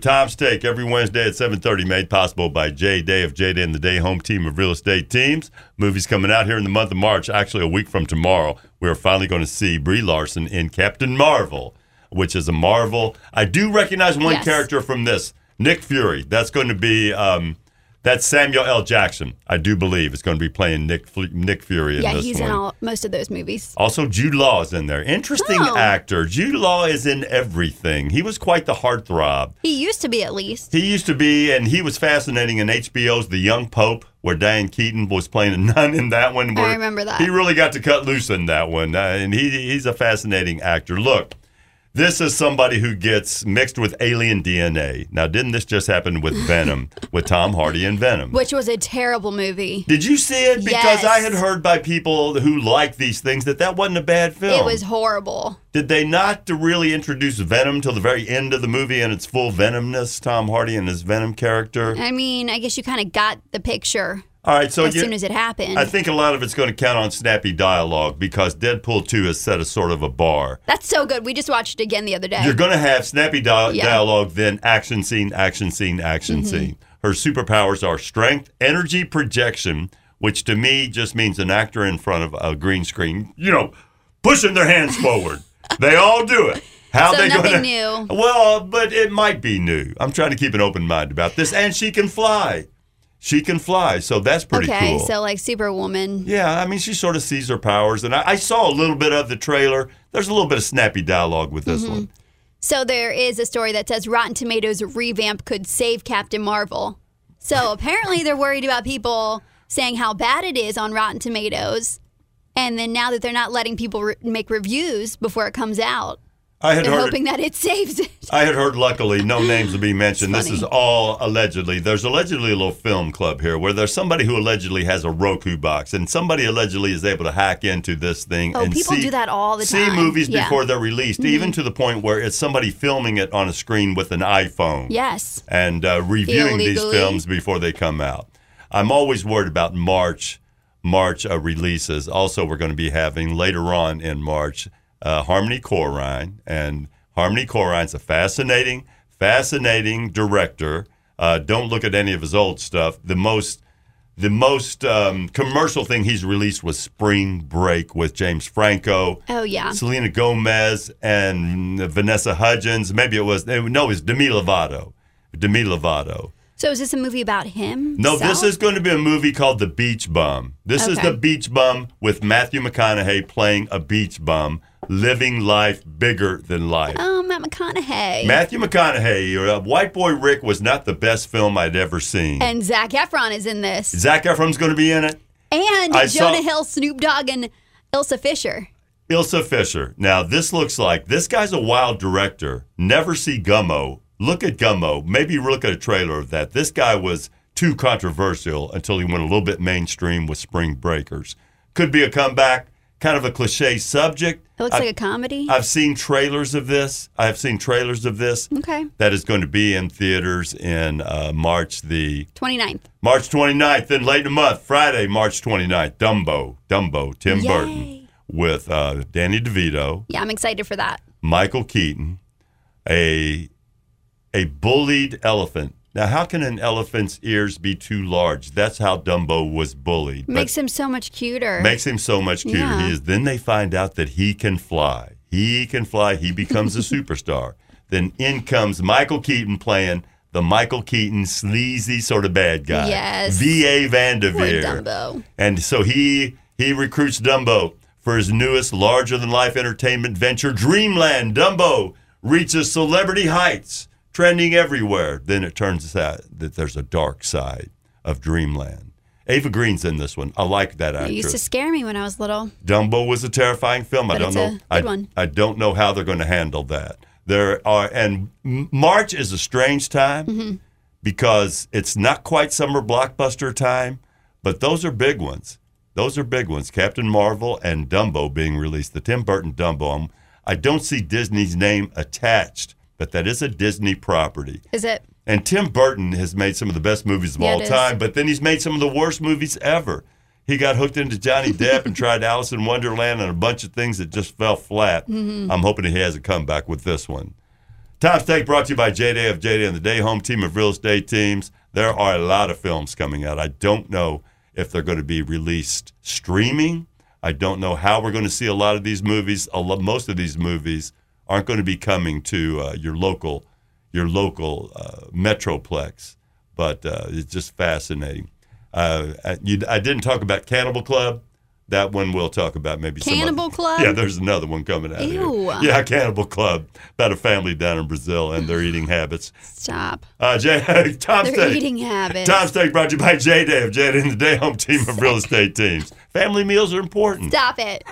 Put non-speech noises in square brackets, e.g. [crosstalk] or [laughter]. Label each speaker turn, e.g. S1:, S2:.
S1: Tom's Take every Wednesday at 7.30, made possible by Jay Day of Jay Day and the Day Home Team of Real Estate Teams. Movie's coming out here in the month of March, actually a week from tomorrow. We're finally going to see Brie Larson in Captain Marvel, which is a Marvel. I do recognize one
S2: Yes.
S1: character from this, Nick Fury. That's going to be... Um, that's Samuel L. Jackson, I do believe, is going to be playing Nick Fu- Nick Fury in
S2: yeah,
S1: this
S2: he's
S1: one.
S2: in all, most of those movies.
S1: Also, Jude Law is in there. Interesting
S2: Oh.
S1: actor. Jude Law is in everything. He was quite the heartthrob.
S2: He used to be, at least.
S1: He used to be, and he was fascinating in HBO's The Young Pope, where Diane Keaton was playing a [laughs] nun in that one. where
S2: remember that.
S1: He really got to cut loose in that one, uh, and he he's a fascinating actor. Look, this is somebody who gets mixed with alien DNA. Now, didn't this just happen
S2: [laughs]
S1: with Venom, with Tom Hardy and Venom?
S2: Which was a terrible movie.
S1: Did you see it? Because
S2: Yes.
S1: I had heard by people who like these things that that wasn't a bad film.
S2: It was horrible.
S1: Did they not to really introduce Venom till the very end of the movie and its full venomness, Tom Hardy and his Venom character?
S2: I mean, I guess you kind of got the picture
S1: All right, so
S2: as
S1: you-
S2: soon as it happened.
S1: I think a lot of it's going to count on snappy dialogue because Deadpool 2 has set a sort of a bar.
S2: That's so good. We just watched it again the other day.
S1: You're going to have snappy dia-
S2: Yeah. Mm-hmm.
S1: dialogue, then action scene, action scene, action scene. Her superpowers are strength, energy, projection, which to me just means an actor in front of a green screen, you know, pushing their
S2: [laughs]
S1: hands forward. They all do it. How
S2: So
S1: they
S2: nothing
S1: gonna,
S2: new.
S1: Well, but it might be new. I'm trying to keep an open mind about this, and she can fly. She can fly, so that's pretty cool.
S2: okay, so like Superwoman.
S1: Yeah, I mean, she sort of sees her powers, and I, I saw a little bit of the trailer. There's a little bit of snappy dialogue with this
S2: Mm-hmm.
S1: one.
S2: So there is a story that says Rotten Tomatoes revamp could save Captain Marvel.
S1: [laughs]
S2: So apparently they're worried about people saying how bad it is on Rotten Tomatoes. And then now that they're not letting people re- make reviews before it comes out,
S1: I had
S2: they're
S1: heard.
S2: hoping that it saves it.
S1: I had heard. Luckily, no
S2: [gasps]
S1: names will be mentioned. This
S2: funny.
S1: is all allegedly. There's allegedly a little film club here where there's somebody who allegedly has a Roku box, and somebody allegedly is able to hack into this thing
S2: Oh,
S1: and
S2: people
S1: see,
S2: do that all the
S1: see
S2: time.
S1: movies
S2: Yeah. Mm-hmm.
S1: before they're released, even to the point where it's somebody filming it on a screen with an iPhone.
S2: Yes.
S1: and uh, reviewing these
S2: Illegally.
S1: films before they come out. I'm always worried about March March uh, releases. Also, we're going to be having later on in March uh, Harmony Korine, and Harmony Korine's a fascinating, fascinating director. Uh, don't look at any of his old stuff. The most the most um, commercial thing he's released was Spring Break with James Franco.
S2: Oh, yeah.
S1: Selena Gomez and Vanessa Hudgens. Maybe it was eh, no, it was Demi Lovato. Demi Lovato.
S2: So is this a movie about him?
S1: No, this
S2: himself?
S1: is going to be a movie called The Beach Bum. This is
S2: Okay.
S1: The Beach Bum with Matthew McConaughey playing a beach bum, living life bigger than life.
S2: Oh, Matt McConaughey.
S1: Matthew McConaughey, or, uh, White Boy Rick was not the best film I'd ever seen.
S2: and Zach Efron is in this.
S1: Zach Efron's going to be in it.
S2: And
S1: I saw-
S2: Jonah Hill, Snoop Dogg, and Ilsa Fisher.
S1: Ilsa Fisher. Now, this looks like this guy's a wild director. Never see Gummo. Look at Gummo. Maybe look at a trailer of that. This guy was too controversial until he went a little bit mainstream with Spring Breakers. Could be a comeback, kind of a cliche subject.
S2: It looks
S1: I-
S2: like a comedy.
S1: I've seen trailers of this. I've seen trailers of this.
S2: okay.
S1: That is going to be in theaters in uh, March the
S2: 29th.
S1: March 29th, then late in the month, Friday, March 29th, Dumbo, Dumbo, Tim
S2: Yay.
S1: Burton with uh, Danny DeVito,
S2: Yeah, I'm excited for that.
S1: Michael Keaton, a a bullied elephant. Now, how can an elephant's ears be too large? That's how Dumbo was bullied. but
S2: Makes him so much cuter.
S1: makes him so much cuter.
S2: Yeah.
S1: He is. Then they find out that he can fly. He can fly. He
S2: [laughs]
S1: becomes a superstar. Then in comes Michael Keaton playing the Michael Keaton sleazy sort of bad guy.
S2: Yes.
S1: V.A.
S2: Poor
S1: Vanderveer.
S2: Dumbo.
S1: And so he he recruits Dumbo for his newest larger than life entertainment venture, Dreamland. Dumbo reaches celebrity heights, trending everywhere. Then it turns out that there's a dark side of Dreamland. Ava Green's in this one. I like that
S2: It used to
S1: actress.
S2: scare me when I was little.
S1: Dumbo was a terrifying film. I
S2: But
S1: don't
S2: it's
S1: know.
S2: a good
S1: I,
S2: one.
S1: I don't know how they're going to handle that. There are and M- March is a strange time
S2: Mm-hmm.
S1: because it's not quite summer blockbuster time, but those are big ones. Those are big ones. Captain Marvel and Dumbo being released. The Tim Burton Dumbo. I'm, I don't see Disney's name attached, but that is a Disney property.
S2: Is it?
S1: And Tim Burton has made some of the best movies of
S2: Yeah,
S1: all
S2: it is.
S1: time, but then he's made some of the worst movies ever. He got hooked into Johnny Depp and tried Alice in
S2: Mm-hmm.
S1: Wonderland and a bunch of things that just fell flat. I'm hoping he has a comeback with this one. Times Tech brought to you by JDay of JDay and the Day Home team of real estate teams. There are a lot of films coming out. I don't know if they're going to be released streaming. I don't know how we're going to see a lot of these movies. A lo- most of these movies aren't going to be coming to uh, your local your local uh, metroplex, but uh, it's just fascinating. Uh, I- you, I didn't talk about Cannibal Club. That one we'll talk about maybe. some other-
S2: Cannibal Club?
S1: Yeah, there's another one coming out.
S2: Ew.
S1: Here. Yeah, Cannibal Club about a family down in Brazil and their eating habits.
S2: Stop.
S1: Uh, Jay, [laughs] Tom
S2: Their
S1: Steak.
S2: eating habits.
S1: Tom Steak brought to you by J Day of J Day and the Day Home Team of Real Estate Teams. Family meals are important.
S2: Stop it.